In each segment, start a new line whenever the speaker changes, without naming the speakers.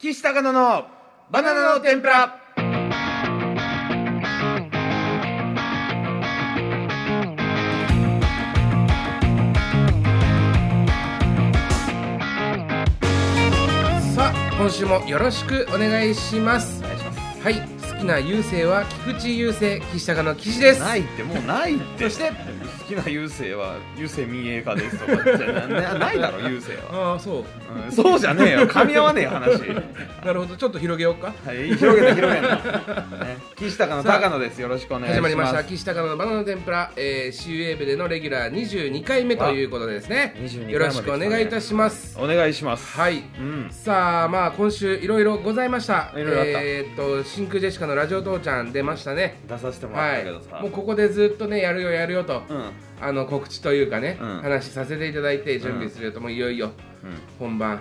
口高野のバナナの天ぷら。
さあ今週もよろしくお願いします
お願いします。
はい好きな優勢は菊池優勢岸高の岸です
ないってもうないって。
そして
好きな優勢は優勢民営化ですとかじゃななないだろ優勢は。
ああそう
うんそうじゃねえよ噛み合わねえよ話。
なるほどちょっと広げようか
はい広げて広げて。ね、岸高野高野ですよろしくお願いし
始
ま。
ますりました岸高野のバナナの天ぷら、えー、シウェーブでのレギュラー22回目ということでですね
わ22回まで
よろしくお願いいたします
お願いします。
はい、
うん。
さあまあ今週いろいろございました
いろいろあった
えーっと真空ジェシカのラジオ父ちゃん出ましたね
出させてもら
は
っ
い
たけどさ。
もうここでずっとねやるよやるよと、
うんうん
あの告知というかね、
うん
話させていただいて準備すると、もういよいよ本番、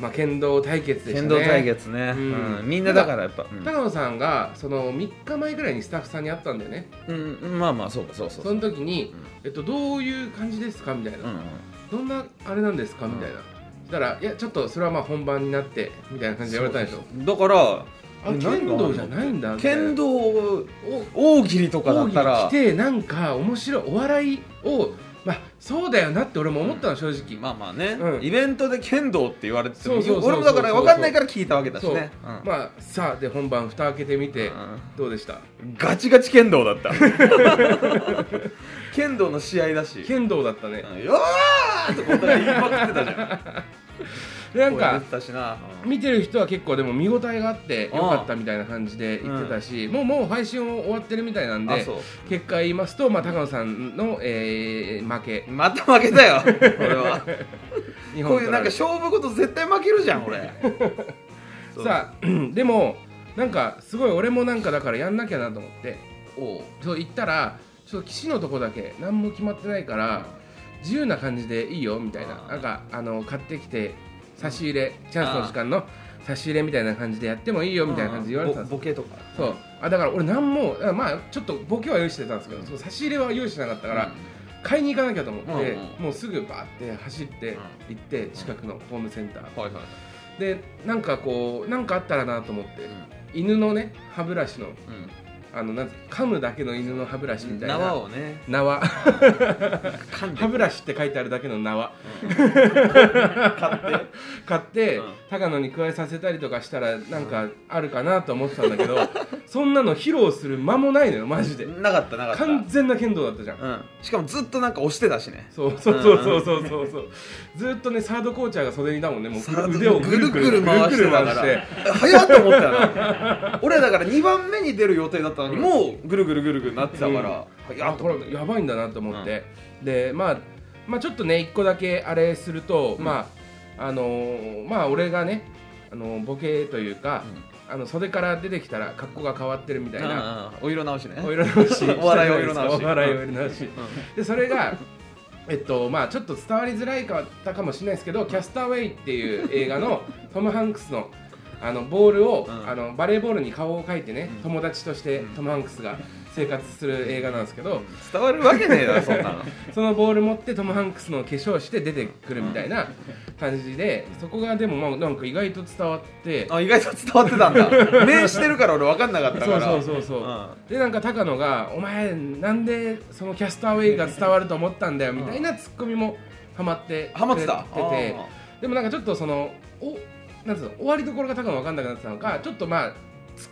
まあ、剣道対決でした
剣
ね
道対決ね、う
う
んんみんなだからやっぱ、うん
高野さんがその3日前ぐらいにスタッフさんに会ったんだよね
うん、まあまあそうかそうそう
そ
そう
の時に、えっと、どういう感じですかみたいな、
うんうん
どんなあれなんですかみたいな、そしたら「いやちょっとそれはまあ本番になって」みたいな感じで言われたでしょ
だから
あ
何があるの
剣道じゃないんだみたいな
剣道大喜利とかだ
講
っ
義
た
に来
ら
てなんか面白いお笑いをまあそうだよなって俺も思ったの正直、
まあまあね、
うん
イベントで剣道って言われてても
そうそうそうそう
俺もだから分かんないから聞いたわけだし
そう、
ね、うん
まあさあで本番蓋開けてみて、
うん
どうでした
ガチガチ剣道だ った剣道の試合だし
剣道だったね、
うんよーとかお互い言いまくってたじゃ ん
でなん
声
か
出てたしな、うん
見てる人は結構でも見応えがあってよかったみたいな感じで言ってたし、もうもう配信を終わってるみたいなん
あ
で
そう
結果言いますと、まあ、高野さんの、えー負け
また負けたよ俺は
日
こ
本
ういうなんか
取ら
勝負事絶対負けるじゃん俺
れて さあ でもなんかすごい俺もなんかだからやんなきゃなと思って
おう
そう行ったらちょっと岸のとこだけ何も決まってないから自由な感じでいいよみたいな
あー
なんかあの買ってきて差し入れチャンスの時間の差し入れみたいな感じでやってもいいよみたいな感じで言われてたんですよ
ボボケとか
そうあだから俺何もあまあちょっとボケは用意してたんですけど、その差し入れは用意してなかったから、買いに行かなきゃと思って、
うんうん
もうすぐバーって走って
うん
行って、近くのホームセンター、
はいはい
でなんかこうなんかあったらなと思って、
う
犬のね歯ブラシの
ん
あのなんて噛むだけの犬の歯ブラシみたいな
縄をね
縄
噛んで
歯ブラシって書いてあるだけの縄
買って
買って、
うん
高野に加えさせたりとかしたらなんかあるかなと思ってたんだけ ど、そんなの披露する間もないのよマジで
なかったなかった
完全な剣道だったじゃん
うん、しかもずっとなんか押してたしね
そうそうそうそうそうそうそうずーっとねサードコーチャーが袖にいたもんねもう腕をぐるぐる
回してたから早っと思ったよな俺だから2番目に出る予定だったのにもうぐるぐるぐるぐるなってたから
い
早
や
っと
こ
思っ
れやばいんだなと思って、でまあまあちょっとね一個だけあれすると、まああのーまあ俺がねあのーボケというか、あの袖から出てきたら格好が変わってるみた
た
いな、
うんうんお色直しね
お色直し
お笑いお色直し
お笑いお色直し、でそれがえっとまあちょっと伝わりづらいかったかもしれないですけど「キャスターウェイ」っていう映画の トム・ハンクスのあのボールを、
うん
あのバレーボールに顔を描いてね、
うん
友達としてトム・ハンクスが生活する映画なんですけど、
伝わるわけねえだろそんなの
そのボール持ってトム・ハンクスの化粧して出てくるみたいな感じでそこがでもまあなんか意外と伝わって。
あ意外と伝わってたんだ名してるから俺分かんなかった
そ
か
う
ら
そうそうそう、
う
でなんか高野が「お前なんでそのキャスターウェイが伝わると思ったんだよ」みたいなツッコミもハマって
ハマってた
くれててでもなんかちょっとそのおなんつうの終わりどころが高野分かんなくなってたのかちょっとまあ突っ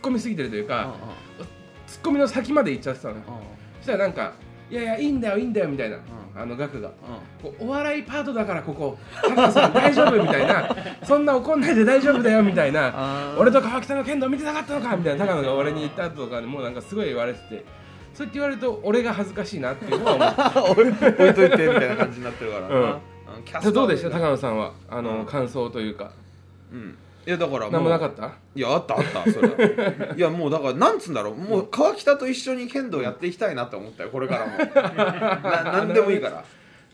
込みすぎてるという
あ
か
ー
突っ込みの先まで行っちゃってたのよ
うんうん
そしたらなんか「いやいやいいんだよいいんだよ」みたいな、
ん
あの額が。
うん
こうお笑いパートだからここ高野さん大丈夫みたいなそんな怒んないで大丈夫だよみたいな
あー
俺と川北の剣道見てなかったのかみたいな高野が俺に言った後とかでもうなんかすごい言われててそうやって言われると俺が恥ずかしいなっていうのは思う
あ置い置いといてみたいな感じになってるからな、
うん
うんキャスタ
じゃあ
ー
どうでした
だ
高
よ
野さんはあの、
うん
感想というか
うんいやだから
何もなか
た
った
いやあったあったそれは いやもうだからなんつうんだろうもう川北と一緒に剣道やっていきたいなって思ったよこれからも な何でもいいから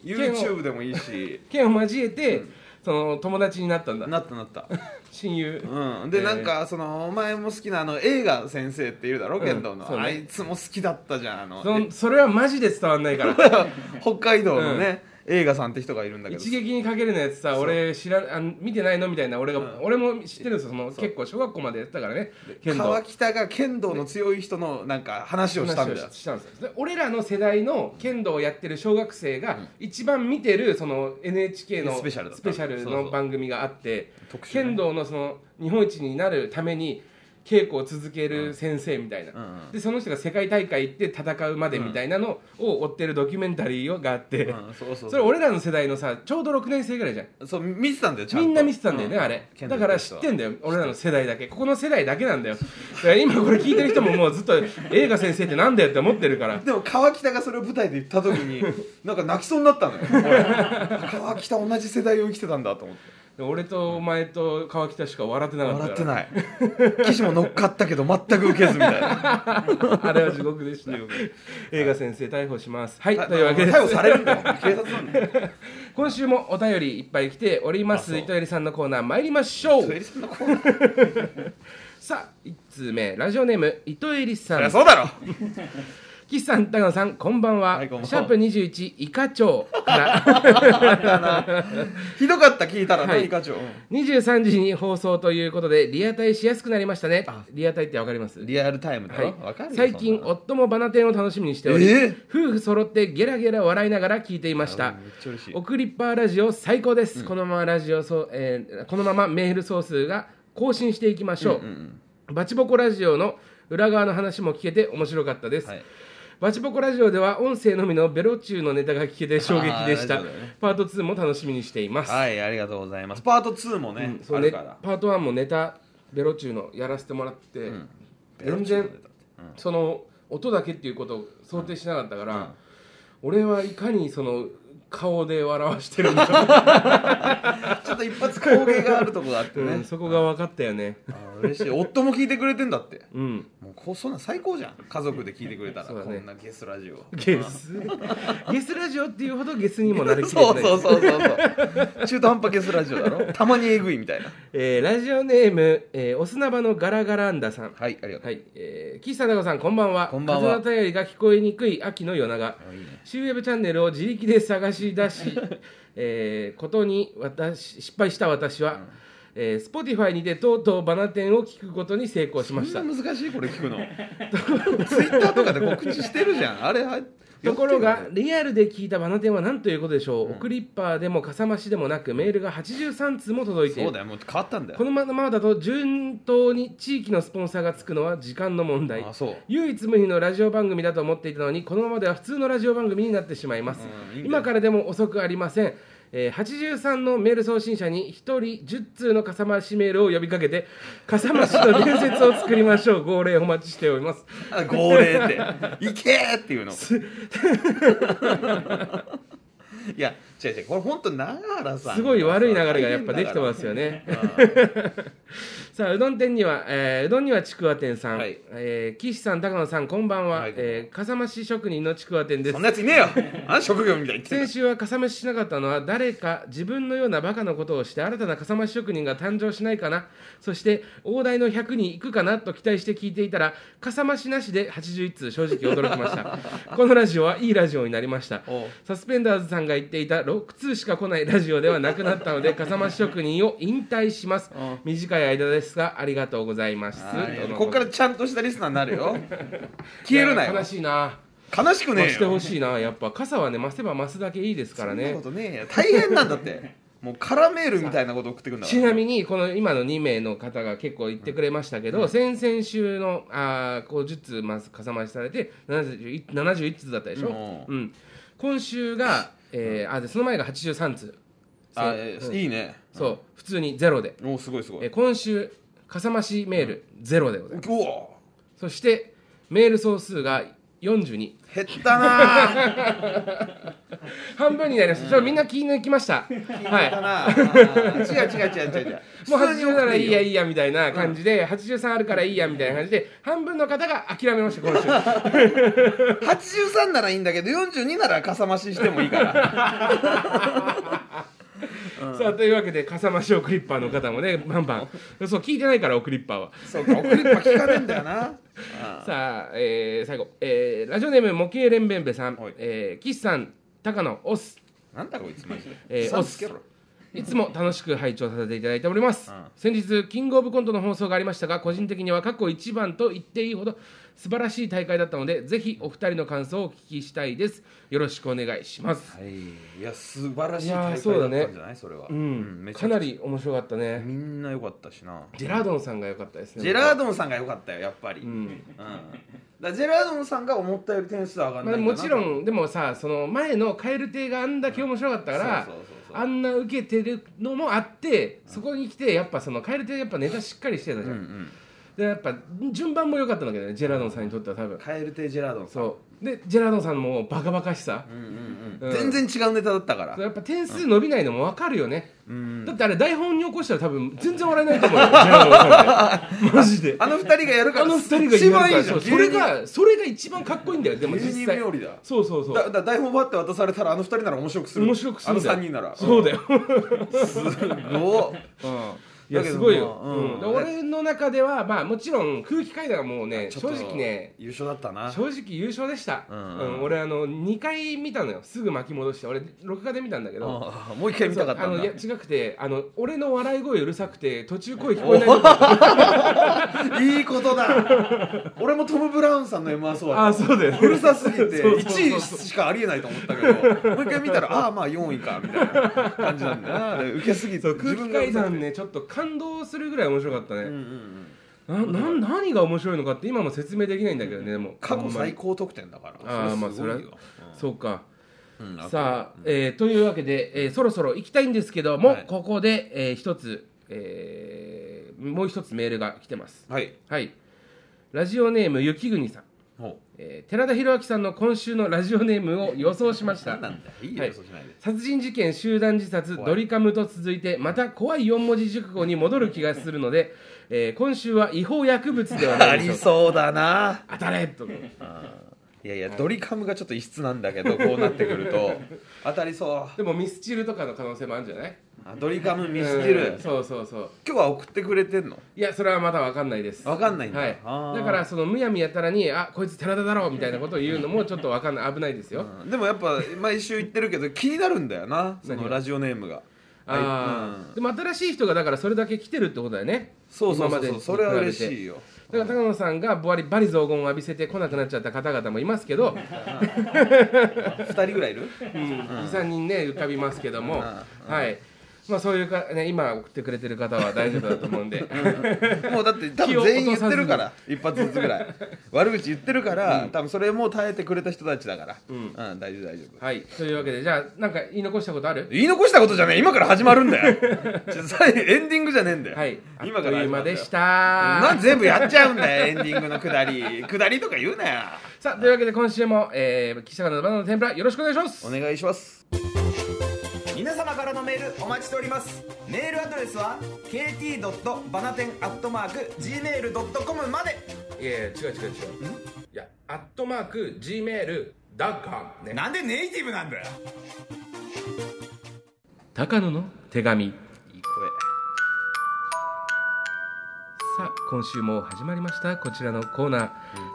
剣を
YouTube でもいいし
剣を交えて、その友達になったんだ
なったなった
親友
うんで、
えー
なんかそのお前も好きなあの映画先生っていうだろ
うん
剣道の、
そうね
あいつも好きだったじゃんあの
そんそれはマジで伝わんないから
北海道のね、映画さんって人がいるんだけど
一撃にかけるのやつさ
そう
俺知らあの見てないのみたいな俺が、
うん
俺も知ってるんですよその結構小学校までやってたからね剣道
川北が剣道の強い人のなんか話をしたんだよ
話をししたんですよで俺らの世代の剣道をやってる小学生が一番見てるその NHK の
スペシャルだった
スペシャル
そうそ
の
う
番組があって
特集ね
剣道のその日本一になるために稽古を続ける先生みたいな、
うんうん
でその人が世界大会行って戦うまでみたいなのを追ってるドキュメンタリーがあって、
うんそうそう
それ俺らの世代のさちょうど6年生ぐらいじゃん
そう見てたんだよちゃん
み
と
んな見てたんだよね、
う
あれ
剣道
だ
や
か
る
ら
人
知っ
は
てんだよ俺らの世代だけここの世代だけなんだよだから今これ聞いてる人ももうずっと映画先生ってなんだよって思ってるから
でも川北がそれを舞台で言った時 になんか泣きそうになったのよ俺川北同じ世代を生きてたんだと思って
俺とお前と川北しか笑ってなか
笑
った
って
から
ない岸も乗っかったけど全く受けずみたいな
あれは地獄でした映画先生逮捕しますはい
た
というわけで
逮捕されるんだよ警察なんだよ
今週もお便りいっぱい来ておりま
あそ
す
う
糸よりさんのコーナー参りましょ
ト
う
エリさんのコーナー
さあ1通目ラジオネーム糸より
そ
さ
り
ん
ゃそうだろ
岸さん高野さんこんばんは、
はいこんばんは
シャープ21イカ長から
ひどかった聞いたらね、
は
はいい、課長、うん
23時に放送ということでリアタイしやすくなりましたね
あ
リアタイってわかります
リアルタイムだ
は
ろ、
い
わかるよ
最近
そんなの
夫もバナテンを楽しみにしており、
えー
夫婦揃ってゲラゲラ笑いながら聞いていまし
あ
た
めっちゃ嬉しい
送りっぱラジオ最高です、このままラジオそう、えーこのままメール総数が更新していきましょう、バチボコラジオの裏側の話も聞けて面白かったです、
はい
バチボコラジオでは音声のみのベロチューのネタが聞けて衝撃でした、
あーラジオだよね
パート2も楽しみにしています、
はいありがとうございますパート2もね、
そう
あ
ね
るから
パート1もネタベロチューのやらせてもらって、全然その音だけっていうことを想定しなかったから、俺はいかにその顔で笑わしてるんだろ
ちょっと一発工芸があるとこがあって
う、
ね、
うんそこが分かったよね
あー嬉しい夫も聞いてくれてんだって
うん
もうこうそんなん最高じゃん家族で聞いてくれたら、
そうだ
こ
ね
んなゲスラジオ
ゲスゲスラジオっていうほどゲスにもなりきれ
そ
て
う
ない
そうそうそうそう中途半端ゲスラジオだ ろたまにえぐいみたいな
えーラジオネーム、えーお砂場のガラガランダさん
はいありがと
は
う、
い、えー、岸さん、高さん、こんばんは。
こんばんは
風の便りが聞こえにくい秋の夜長
あいいね。
シウェブチャンネルを自力で探し 出し、えーことに私失敗した私は、えー、Spotify にてとうとうバナテンを聞くことに成功しました
そん。な難しいこれ聞くのツイッターとかで告知してるじゃんあれは
ところが、リアルで聞いたバナテンは何ということでしょう、送りっぱでもかさ増しでもなく、メールが83通も届いてい
そう
る
だ。よもう変わったんだよ
このままだと順当に地域のスポンサーがつくのは時間の問題
あそう
唯一無二のラジオ番組だと思っていたのにこのままでは普通のラジオ番組になってしまいます
うんいいね
今からでも遅くありませんえー83のメール送信者に1人10通のかさ増しメールを呼びかけてかさ増しの伝説を作りましょ う号令お待ちしております
あ号令 って「行け!」っていうの いや違う違うこれ本当永原さん
すごい悪い流れがやっぱできてますすよね さあうどん店には、えーうどんにはちくわ店さん、
はい
えー岸さん高野さんこんばんは、
はい
えーかさ増し職人のちくわ店です
そんなやついねえよあ職業みたいに言ってんだ
先週はかさ増ししなかったのは誰か自分のようなバカなことをして新たなかさ増し職人が誕生しないかなそして大台の100に行くかなと期待して聞いていたらかさ増しなしで81通正直驚きました このラジオはいいラジオになりました
おう
サスペンダーズさんが言っていた6通しか来ないラジオではなくなったのでかさ増し職人を引退します
うん
短い間ですがありがとうございますどうも
ここからちゃんとしたリスナーになる よ消えるなよ
いや悲しいな
悲しくね
増
え
して
よ
ほしいなやっぱ傘はね増せば増すだけいいですからね
そんなことねえよ大変なんだってもうカラメールみたいなこと送ってくんだか
ち
ら
なみにこの今の2名の方が結構言ってくれましたけど、先々週のあー50通まずかさ増しされて71 71通だったでしょ、うん今週が、えーあでその前が83通
あ
せ
えー
うん
いいね
そう普通にゼロで、
おーすごいすご
えー
い
今週かさ増しメールゼロでございます
うわ
そしてメール総数が42
減ったなあ
半分になりました、ちょっとみんな気抜きましたは
減った
い
なああー違う違う違う違う違う
もう
普通に送
80
って
ならいいや
い
いいやみたいな感じで、83あるからいいやみたいな感じで半分の方が諦めました今週
よ83ならいいんだけど42ならかさ増ししてもいいから
さあというわけで笠間市送りっぱの方もねバンバンそう聞いてないから送りっぱは
そうか送りっぱ聞かねえんだよなあ
さあ、えー最後、えーラジオネーム模型連弁べさん、
はい
えー岸さん高野オス
なんだこいつマジで、
えー
さんつけろ
いつも楽しく拝聴させていただいております、
うん
先日キングオブコントの放送がありましたが個人的には過去一番と言っていいほど素晴らしい大会だったのでぜひお二人の感想をお聞きしたいですよろしくお願いします、
はい、いや素晴らしい大
いや
会
ーそう
だ
だ
っ
ね
たんじゃないそれは、
うん
めちゃくち
か
ゃ
なり面白かったね
みんな良かったしな
ジェラードンさんが良かったですね
ジェラードンさんが良かったよやっぱり、
う
うん
ん
だからジェラードンさんが思ったより点数上がん
ま
な
あ、
いんだな
もちろんでもさその前の蛙亭があんだけ面白かったから、
そうそうそうそう
あんな受けてるのもあってそこに来てやっぱその蛙亭やっぱネタしっかりしてたじ
う
ゃ
ん
ん、
うん
でやっぱ順番も良かったんだけどねジェラードンさんにとっては多分
カエルテジェラードンさん
そうでジェラードンさんもバカバカしさ、
うんうん
う
うんん、全然違うネタだったから
やっぱ点数伸びないのも分かるよね、
うん
だってあれ台本に起こしたら多分全然笑えないと思 うよジェラードンさんってマジで
あの二人がやるから
あの二人が言えるから
一番いいじゃ
そうんそれがそれが一番かっこいいんだよでも
芸人
実
芸
際
人冥利だ
そうそうそう
だだ台本ばって渡されたらあの二人なら面白くする
面白くするんだよ
あの三人なら
そうだよ
うんすごっ
いや
だけ
す
ど
ごいよ、
まあ
うん
うん
で俺の中ではまあもちろん空気階段はもうね
ちょ
正
っと
直ね
優勝だったな
正直優勝でした、
うん
俺あの2回見たのよすぐ巻き戻して俺録画で見たんだけど
ああもう一回見たかった
そうんあの
だ
いや違くてあの俺の笑い声うるさくて途中声聞こえないとか
いいことだ俺もトム・ブラウンさんの M はそうだ
あ
った
そうだよね
うるさすぎて
そうそうそう
1位しかありえないと思ったけどもう一回見たら ああまあ4位かみたいな感じなんだよなで受けすぎて
そう空気
自
階
分がうるさく
段
て
ねちょっと感動するぐらい面白かった
うんうん
ね、
うん
なな何が面白いのかって今も説明できないんだけどねでも
過去最
高
高得点だから
ああまあ
すごいよ
そうか
うんうん
さあ、えーというわけで、えーそろそろ行きたいんですけども、
はい
ここで、えー一つ、えーもう一つメールが来てます
はい
はいラジオネーム雪国さん、
ほ
えー寺田裕明さんの今週のラジオネームを予想しまし
うな
た
んなんだよいいよ
はい
予想しないで
殺人事件集団自殺
怖い
ドリカムと続いてまた怖い四文字熟語に戻る気がする ので、えー今週は違法薬物ではな
あ
いでしょ
り
うか
そうだな
当たれと
いやいやドリカムがちょっと異質なんだけどこうなってくる と当たりそう
でもミスチルとかの可能性もあるんじゃない
あドリカムミスチル
うんそうそうそう
今日は送ってくれてんの
いやそれはまだわかんないです
わかんないんだ
はい、
あー
だからそのむやみやたらにあこいつ寺田だろみたいなことを言うのもちょっとわかんない危ないですよ、
うんでもやっぱ毎週言ってるけど気になるんだよなそ
何
の
が
ラジオネームが
ああ、
うん
でも新しい人がだからそれだけ来てるってことだよね
そうそう
今ま
そうそ
でに
うそれは嬉
比べて
しいよ
だから高野さんがバリバリ増言を浴びせて来なくなっちゃった方々もいますけど、
2人ぐらい いる
23人ね浮かびますけども、
う
はいまあそういうか、ね、今送ってくれてる方は大丈夫だと思うんで
もうだって多
気を
分
落とさず
全員言ってるから一発ずつぐらい悪口言ってるから多分それも耐えてくれた人たちだから
うん
うん大丈夫大丈夫
はいというわけでじゃあなんか言い残したことある
言い残したことじゃねえ今から始まるんだ よちょ最後エンディングじゃねえんだよ
はいあっ
今
と
から
いう
始まるん
間
だよ
でした
なん全部やっちゃうんだよエンディングのくだりくだりとか言うなよ
さあというわけで今週も、えー、岸坂のバナナの天ぷらよろしくお願いします
お願いします
皆様からのメールお待ちしておりますメールアドレスは kt. バナテン .gmail.com まで
いやいや違う違う違ういやアットマーク Gmail ダッカンね
なんでネイティブなんだよ
高野の手紙
いい
さあ今週も始まりましたこちらのコーナー、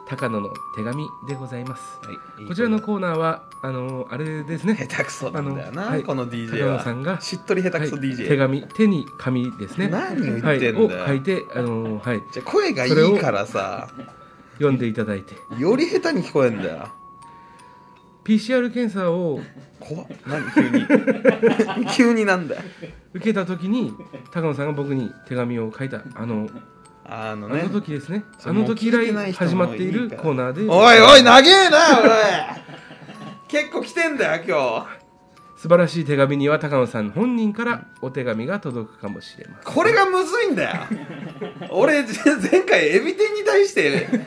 高野の手紙でございます、
声はいいい声
こちらのコーナーはあのあれですね
下手くそなんだよ
あ
な、
のはい
この DJ
高
は
野さんが
しっとり下手くそ
はい
DJ、
手紙手に紙ですね
何を言ってんだよ
はい、を書いてあのはい
じゃあ声がいいからさ
読んでいただいて
より下手に聞こえんだよ
PCR 検査を
怖っ何急に 急になんだよ
受けた時に高野さんが僕に手紙を 書いたあの
あの
あ
ね
の時ですね。
そ
あ
れも
の
う
時以
聞いてな
来
い人も
始まっているコーナーで、
おいおい長えなおい結構来てんだよ今
素晴らしい手紙には高野さん本人からお手紙が届くかもしれません。
日これがむずいんだよ俺前回エビ天に対してメ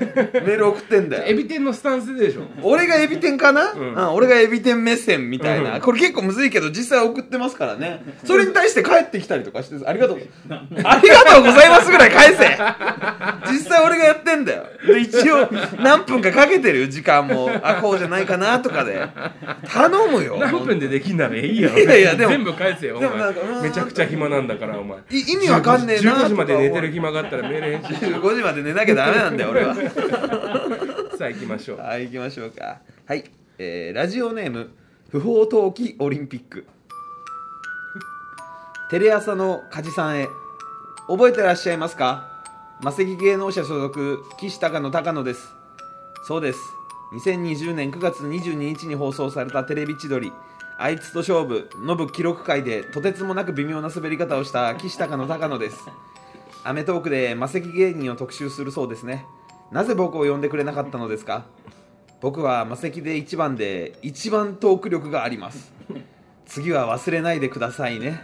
ール送ってんだ
エ
よ
ビ天のスタンスでしょ。
俺がエビ天かな、
ん
うん俺がエビ天目線みたいな、
うん
これ結構むずいけど実際送ってますからねそれに対して帰ってきたりとかしてありがとうありがとうございますぐらい返 せ実際俺がやってんだよで一応何分かかけてるよ時間もあこうじゃないかなとかで頼むよ
何分でできんならいいよ。
いやいやでも
全部返せよ。お
でもなんかうー
前
ん
めちゃくちゃ暇なんだからお前。
い意味わかんねえな
15時
とか
まで
思う
寝てる暇があったら命令し
15時まで寝なきゃダメなんだよ俺は
さあ行きましょう。
はい行きましょうかはい、えーラジオネーム不法投棄オリンピック テレ朝の梶さんへ覚えてらっしゃいますかマセキ芸能者所属岸高野高野ですそうです2020年9月22日に放送されたテレビ千鳥あいつと勝負ノブ記録会でとてつもなく微妙な滑り方をした岸高野高野ですアメトークでマセキ芸人を特集するそうですねなぜ僕を呼んでくれなかったのですか僕はマセキで一番で一番トーク力があり ます次は忘れないでくださいね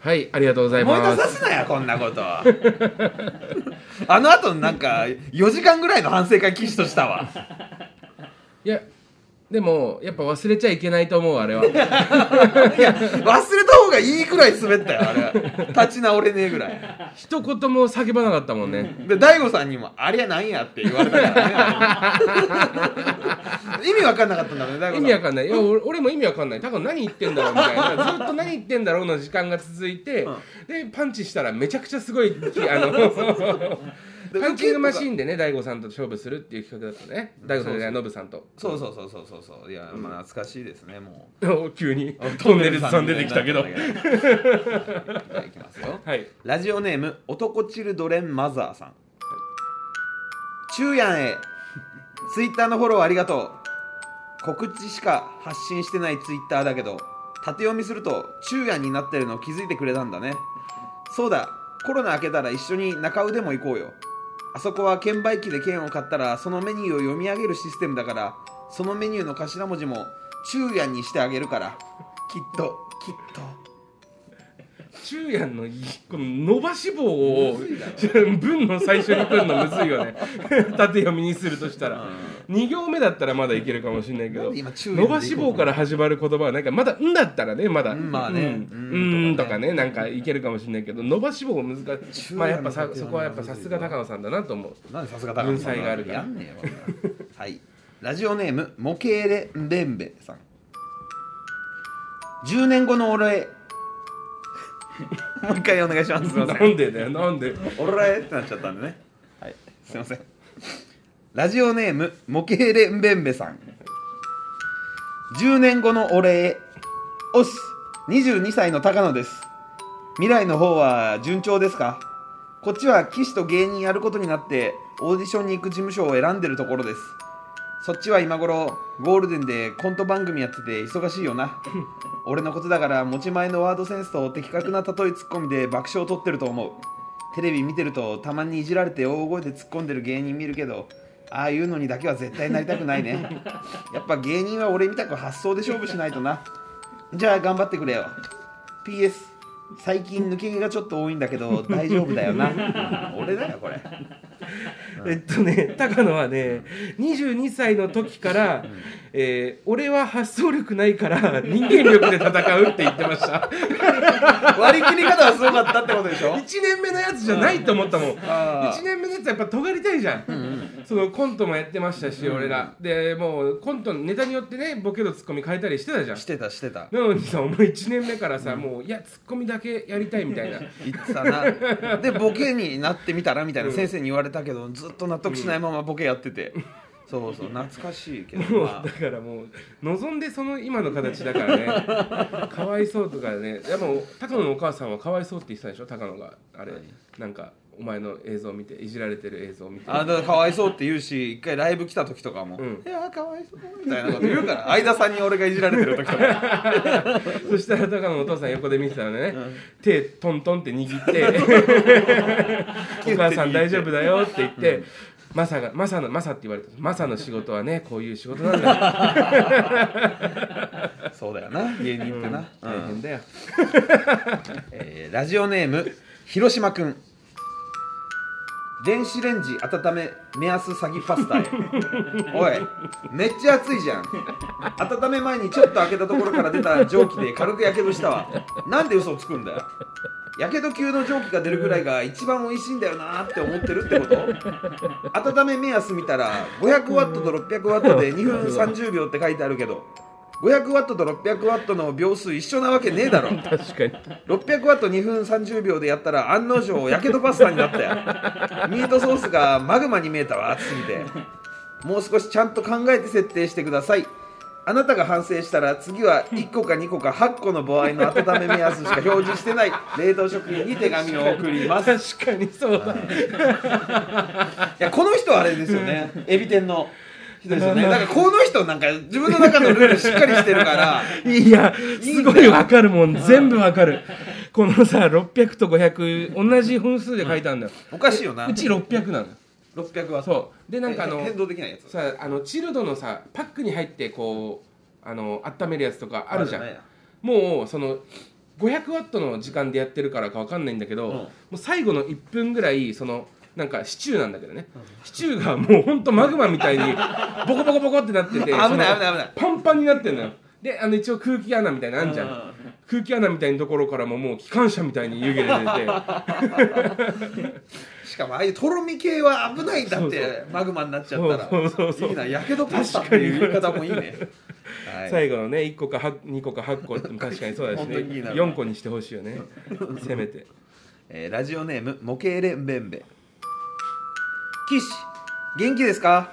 はいありがとうござい
思い
ま
出さ
す
すなよこんなことあの後のなんか4時間ぐらいの反省会騎士としたわ
いやでもやっぱ忘れちゃいけないと思うあれはい
いや忘れた方がいいくらい滑ったよあれ立ち直れねえぐらい
一言も叫ばなかったもんね
で大悟さんにも「ありゃなんや」って言われたからね意味わかんなかったんだろうね大
意
悟
味
さ
わ
ん
かんないいや俺俺も意味わかんない多分何言ってんだろうみたいな ずっと何言ってんだろうの時間が続いて、でパンチしたらめちゃくちゃすごい きあのパンチングマシーンでね大悟さんと勝負するっていう企画だったね大悟さんじゃないノブさんと
そうそうそうそうそうそういやまあ懐かしいですねもう
急にトンネルズさん出てきたけど
い ただきますよ
はい
ラジオネーム男チルドレンマザーさん、ちゅうやんへツイッターのフォローありがとう告知しか発信してないツイッターだけど縦読みするとちゅうやんになってるの気づいてくれたんだねそうだコロナ明けたら一緒に中尾でも行こうよあそこは券売機で券を買ったらそのメニューを読み上げるシステムだからそのメニューの頭文字もちゅうやんにしてあげるからきっときっと
中やんのいこの伸ばし棒を 文の最初に来るのむずいよね 縦読みにするとしたら2行目だったらまだいけるかもしれないけ
な
ど
んで今中やんで
伸ばし棒から始まる言葉はなんかまだ「ん」だったらねまだ「
うんまあね
うん
うん
うんとかねなんかいけるかもしれないけど伸ばし棒難しいまあやっぱさそこはやっぱさすが高野さんだなと思う
なんでさすが高野さん
文才があるから
やんねえよこんなのはいラジオネームモケーレンレンベさん10年後の俺 へもう一回お願いしますすいません
なんで だよなんで
俺ってなっちゃったんでねはいすいませんラジオネームモケーレンベンベさん10年後の俺へおし22歳の高野です未来の方は順調ですかこっちは騎士と芸人やることになってオーディションに行く事務所を選んでるところですそっちは今頃ゴールデンでコント番組やってて忙しいよな俺のことだから持ち前のワードセンスと的確な例えツッコミで爆笑を取ってると思うテレビ見てるとたまにいじられて大声で突っ込んでる芸人見るけどああいうのにだけは絶対なりたくないねやっぱ芸人は俺みたく発想で勝負しないとなじゃあ頑張ってくれよ PS 最近抜け毛がちょっと多いんだけど大丈夫だよな俺だよこれ
えっとね高野はね22歳の時から、えー俺は発想力ないから人間力で戦う」って言って ました
割り切り方はすごかったってことでしょ
1年目のやつじゃないと思ったもん
あー
1年目のやつはやっぱ尖りたいじゃん、そのコントもやってましたし、俺らでもうコントのネタによってねボケとツッコミ変えたりしてたじゃん
してたしてた
なのにさお前1年目からさ、もういやツッコミだけやりたいみ たいな
言ってたなでボケになってみたらみたいな先生に言われたけどずっと納得しないままボケやってて、そうそう懐かしいけど、
もう
まあ
だからもう望んでその今の形だから ねかわいそうとかねでも高野のお母さんはかわいそうって言ってたでしょ高野があれなんかお前の映像を見ていじられてる映像を見て
あだからかわいそうって言うし一回ライブ来た時とかも「
ん
いやーかわいそう」みたいなこと言うから相田さんに俺がいじられてる時とか
そしたら高野のお父さん横で見てたらね、手トントンって握って 「お母さん大丈夫だよ」って言って。マサがマサのマサって言われてマサの仕事はねこういう仕事なんだ
そうだよな芸人ってな、うん
大変だよ、
えーラジオネーム広島くん電子レンジ温め目安詐欺パスタへおいめっちゃ熱いじゃん温め前にちょっと開けたところから出た蒸気で軽くやけどしたわなんで嘘をつくんだよやけど級の蒸気が出るぐらいが一番美味しいんだよなーって思ってるってこと温め目安見たら500ワットと600ワットで2分30秒って書いてあるけど500ワットと600ワットの秒数一緒なわけねえだろ
確かに
600ワット2分30秒でやったら案の定やけどパスタになったよ ミートソースがマグマに見えたわ熱すぎてもう少しちゃんと考えて設定してくださいあなたが反省したら次は1個か2個か8個の場合の温め目安しか表示してない冷凍食品に手紙を送りますい
確かにそうだ
やこの人はあれですよねエビ天の人ですよねだからこの人なんか自分の中のルールしっかりしてるから
いやすごいわかるもん全部わかるこのさ600と500同じ本数で書いたんだよ
おかしいよな
うち600なのよ
600は
そうでなんかあの
変動できないやつ
さあのチルドのさパックに入ってこうあの温めるやつとかあるじゃんもうその500ワットの時間でやってるからかわかんないんだけど、
うん
もう最後の1分ぐらいそのなんかシチューなんだけどね、シチューがもうほんとマグマみ たいにボコボコボコってなってて
危ない危ない危ない
パンパンになってんのよであの一応空気穴みたいなのあんじゃん、
うんうん
空気穴みたいなところからももう機関車みたいに湯気で 出て
しかもああいうとろみ系は危ないんだって
そう
マグマになっちゃったら
そうそうそう
いいなやけどパスタっていう言い方もいいね、はい、
最後のね1個か2個か8個って確かにそうだし
本
ね
当にいいな
4個にしてほしいよねせめて
えーラジオネーム模型レンベンベ岸元気です か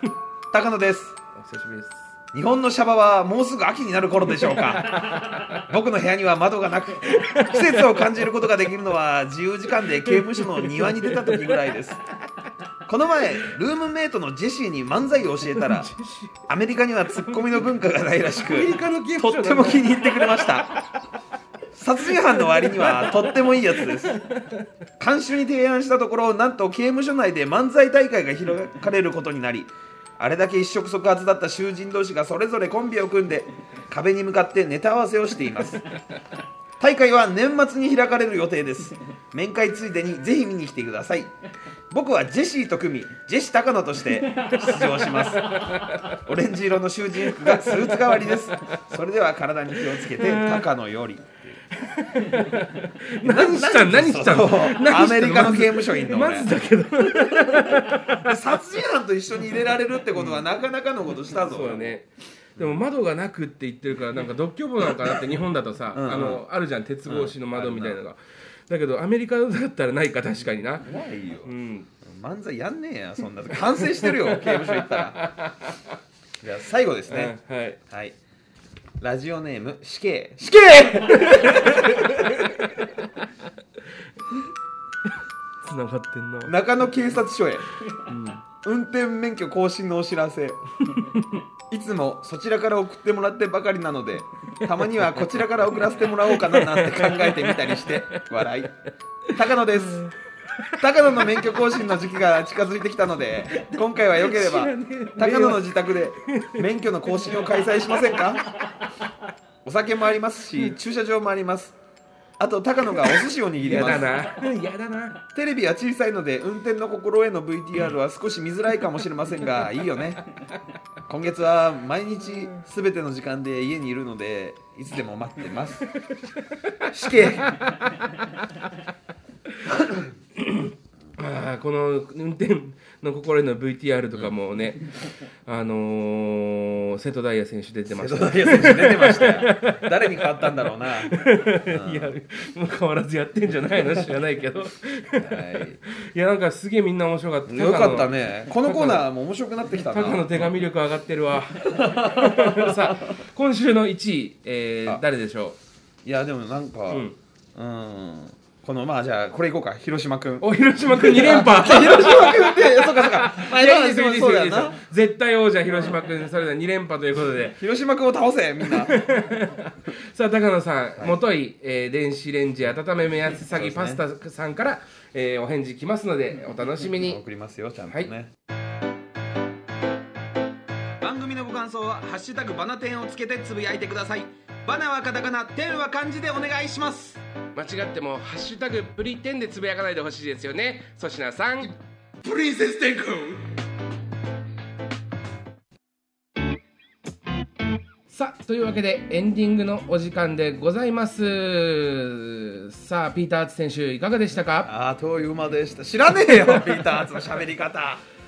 高野です
お久しぶりです
日本のシャバはもうすぐ秋になる頃でしょうか 僕の部屋には窓がなく季節を感じることができるのは自由時間で刑務所の庭に出た時ぐらいですこの前ルームメイトのジェシーに漫才を教えたらアメリカにはツッコミの文化がないらしく
アメリカの刑務
と
所
っても気に入ってくれました殺人犯の割にはとってもいいやつです監修に提案したところなんと刑務所内で漫才大会が開かれることになりあれだけ一触即発だった囚人同士がそれぞれコンビを組んで壁に向かってネタ合わせをしています大会は年末に開かれる予定です面会ついでにぜひ見に来てください僕はジェシーと組みジェシ高野として出場しますオレンジ色の囚人服がスーツ代わりですそれでは体に気をつけて高野より
何したの何したの
そう
何したの
アメリカの刑務所いんの
ま
俺
ずだけど
殺人犯と一緒に入れられるってことはなかなかのことしたぞ
そうだねでも窓がなくって言ってるからなんか独居房なんかなって日本だとさ
うんうん
あのあるじゃん鉄格子の窓みたいなのが、だけどアメリカだったらないか確かにな
ないよ
うん
漫才やんねえやそんな時反省してるよ刑務所行ったらじゃあ最後ですね、
うんはい
はいラジオネーム死刑
死刑繋がってんな
中野警察署へ、運転免許更新のお知らせいつもそちらから送ってもらってばかりなのでたまにはこちらから送らせてもらおうかななんて考えてみたりして笑い高野です高野の免許更新の時期が近づいてきたので今回はよければ
知らねえ
高野の自宅で免許の更新を開催しませんかお酒もありますし駐車場もありますあと高野がお寿司を握り
嫌
ます
だな嫌だな
テレビは小さいので運転の心得の VTR は少し見づらいかもしれません がいいよね今月は毎日全ての時間で家にいるのでいつでも待って ます死刑
あーこの運転の心得の VTR とかもね、あのー、瀬戸大也選手出てましたね
選手出てましたよ誰に変わったんだろうな、はい
やもう変わらずやってんじゃないの知らないけどいやなんかすげえみんな面白かった
い、よかったねこのコーナーも面白くなってきた
タカの
な
手紙力上がって るわさあ今週の1位、えー
あ
誰でしょ
いやでもなんか
う、う
うんん、このまあじゃあこれいこうか広島くん
お広島君2連覇
広島くんってそうかそう か、まあ、
いやいいです
まあ
よいいです
そう
よ
だ
い
よ
いですよ
な
絶対王者広島君それでは2連覇 ということで
広島くんを倒せみんな
さあ高野さん、もとい、えー電子レンジ温め目安詐欺パスタさんから、えーお返事来ますのでお楽しみに
送りますよちゃん
とね、
番組のご感想は「ハッシュタグバナテン」をつけてつぶやいてくださいバナはカタカナテンは漢字でお願いします
間違っても「ハッシュタグプリテン」でつぶやかないでほしいですよね粗品さん
プリンセス天空
さあというわけでエンディングのお時間でございますさあピーター・アーツ選手いかがでしたか
ああという間でした知らねえ よピーターアーツの喋り方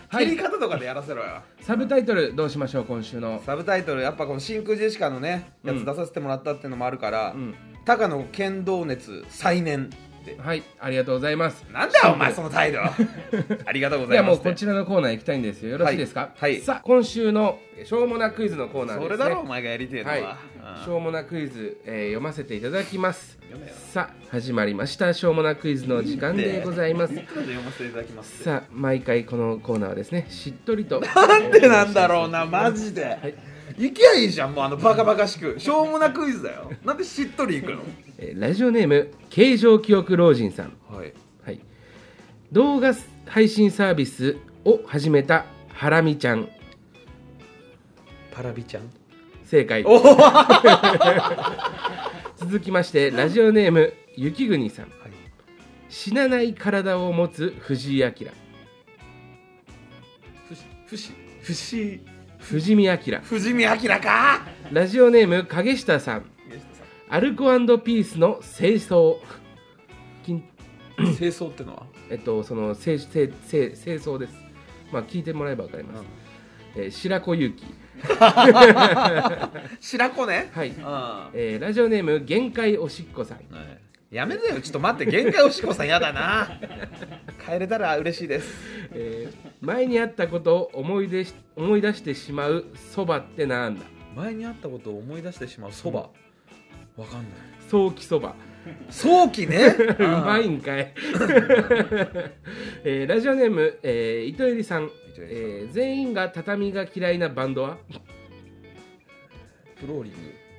はい
切り方とかでやらせろよ、
サブタイトルどうしましょう今週の
サブタイトルやっぱこの真空ジェシカのねやつ出させてもらったってのもあるから、
ん
高野剣道熱再燃って
はいありがとうございます
なんだよお前その態度 ありがとうござ
で
い
は
ま
も
す
うこちらのコーナー行きたいんですよよろしいですか
はいはい
さあ今週のしょうもなクイズのコーナーです、ね、
それだろお前がやりてえのは、
はい
うん、
しょうもなクイズ、えー読ませていただきます
読めよ
さあ始まりましたしょうもなクイズの時間でございます
いくらで読ませていただきます
さあ毎回このコーナーはですねしっとりと
なんでなんだろう なマジで、
い
行きゃいいじゃんもうあのバカバカしくしょうもなクイズだよなんでしっとり行くの
えーラジオネーム形状記憶老人さん
はい
はい、動画配信サービスを始めたハラミちゃん
パラビちゃん
正解
おおは
続きましてラジオネーム雪国さん
い
死なない体を持つ藤井明
ふしふし
藤見明
藤見明か
ラジオネーム影下さんアルコピースの清掃金
清掃ってのは
えっとその清清清清掃ですまあ聞いてもらえばわかります、えー白子ゆうき
白子ね
はい、
うん
えーラジオネーム限界おしっこさん
やめなよちょっと待って限界おしこさんやだな帰れたら嬉しいです
えー前にあったことを思い出し思い出してしまうそばってなんだ
前にあったことを思い出してしまうそばわかんない
早期そば
早期 ね
うまいんかい、 えーラジオネーム、えー、糸入さん
糸入さん
えー全員が畳が嫌いなバンドは
フローリング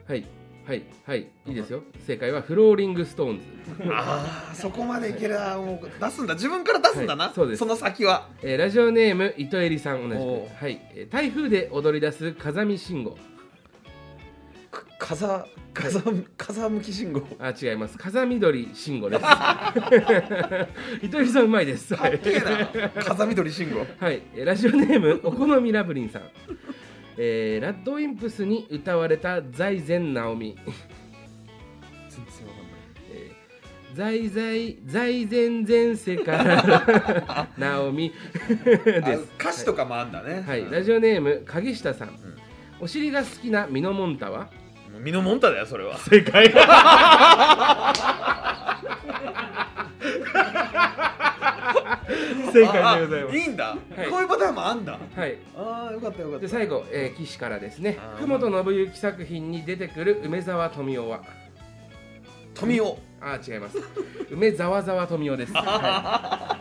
はいはいはいいいですよ正解はフローリングストーンズ、
ああそこまでいけるもう出すんだ自分から出すんだな、
はいそうです
の先は
えーラジオネーム糸入さん同じく
おう
はいえー台風で踊り出す風見慎吾
か風風風向き信号
あ違います風緑慎吾です 糸入さんうまいですは
かっ
い
けえな風緑信号
はい、えーラジオネームお好みラブリンさん、えーラッドウィンプスに歌われた財前直美、
全然わかんない
えー、財財財前前世から 直美で
あ歌詞とかもあんだね、
す、は
う
い、
ん
ラジオネーム影下さん、
ん
お尻が好きなミノモンタは
もう身のもんただよそれは
正解 正解でございます
あいいんだ、
はい
こういうパターンもあんだ
はい
ああよかったよかっ
で
た
最後、えー、岸からですね
あー
久本信之作品に出てくる梅沢富美男は
富男
あー違います梅沢沢富 美男ですは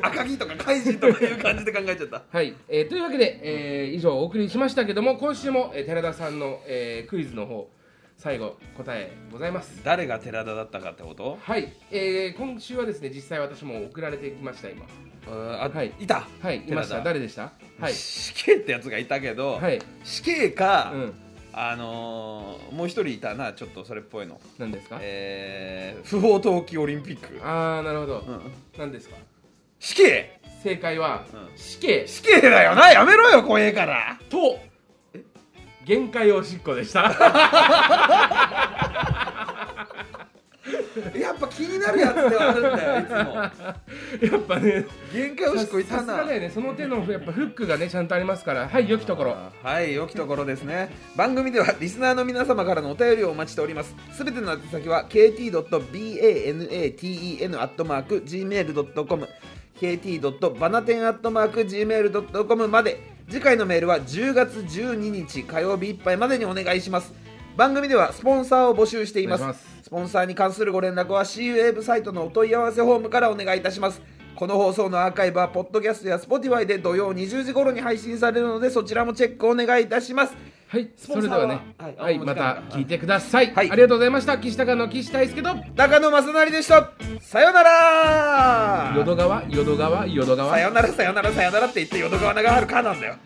赤木とか怪人とかいう感じで考えちゃった
い、はいえーというわけで、えー以上お送りしましたけども今週も、えー寺田さんの、えークイズの方最後答えございます
誰が寺田だったかってこと
はい、えー今週はですね実際私も送られてきました今
あ、
はい
いた
はいいました
寺田
誰でしたはい
死刑ってやつがいたけど、
はい
死刑か、
うん
あのーもう一人いたなちょっとそれっぽいの
何ですか、
えー、不法投棄オリンピック、
ああなるほど、
うん、
何ですか
死刑
正解は、
うん
死刑
死刑だよなやめろよ怖えから
と限界おしっこでした
やっぱ気になるやつではあるんだよいつも
やっぱね
限界をしこい
さ
た
す
な
がだよねその手のやっぱフックがねちゃんとありますからはい良きところ
はい良きところですね番組ではリスナーの皆様からのお便りをお待ちしておりますすべての宛先は kt.banaten.gmail.com kt.banaten.gmail.com まで次回のメールは10月12日火曜日いっぱいまでにお願いします番組ではスポンサーを募集していま
お願い
す
します
スポンサーに関するご連絡は CWAVE サイトのお問い合わせフォームからお願いいたします。この放送のアーカイブは、ポッドキャストや Spotify で土曜20時頃に配信されるので、そちらもチェックお願いいたします。
はい
ポ
そ
ン
れ
サ
で
ーは
はね
はい
はい
あもう
ま
時間だ
た聞いてください
はい
ありがとうございました岸高の岸大輔と
中野正成でした。さよなら
淀川淀川淀川
さよならさよならさよならって言って淀川長春かなんだよ。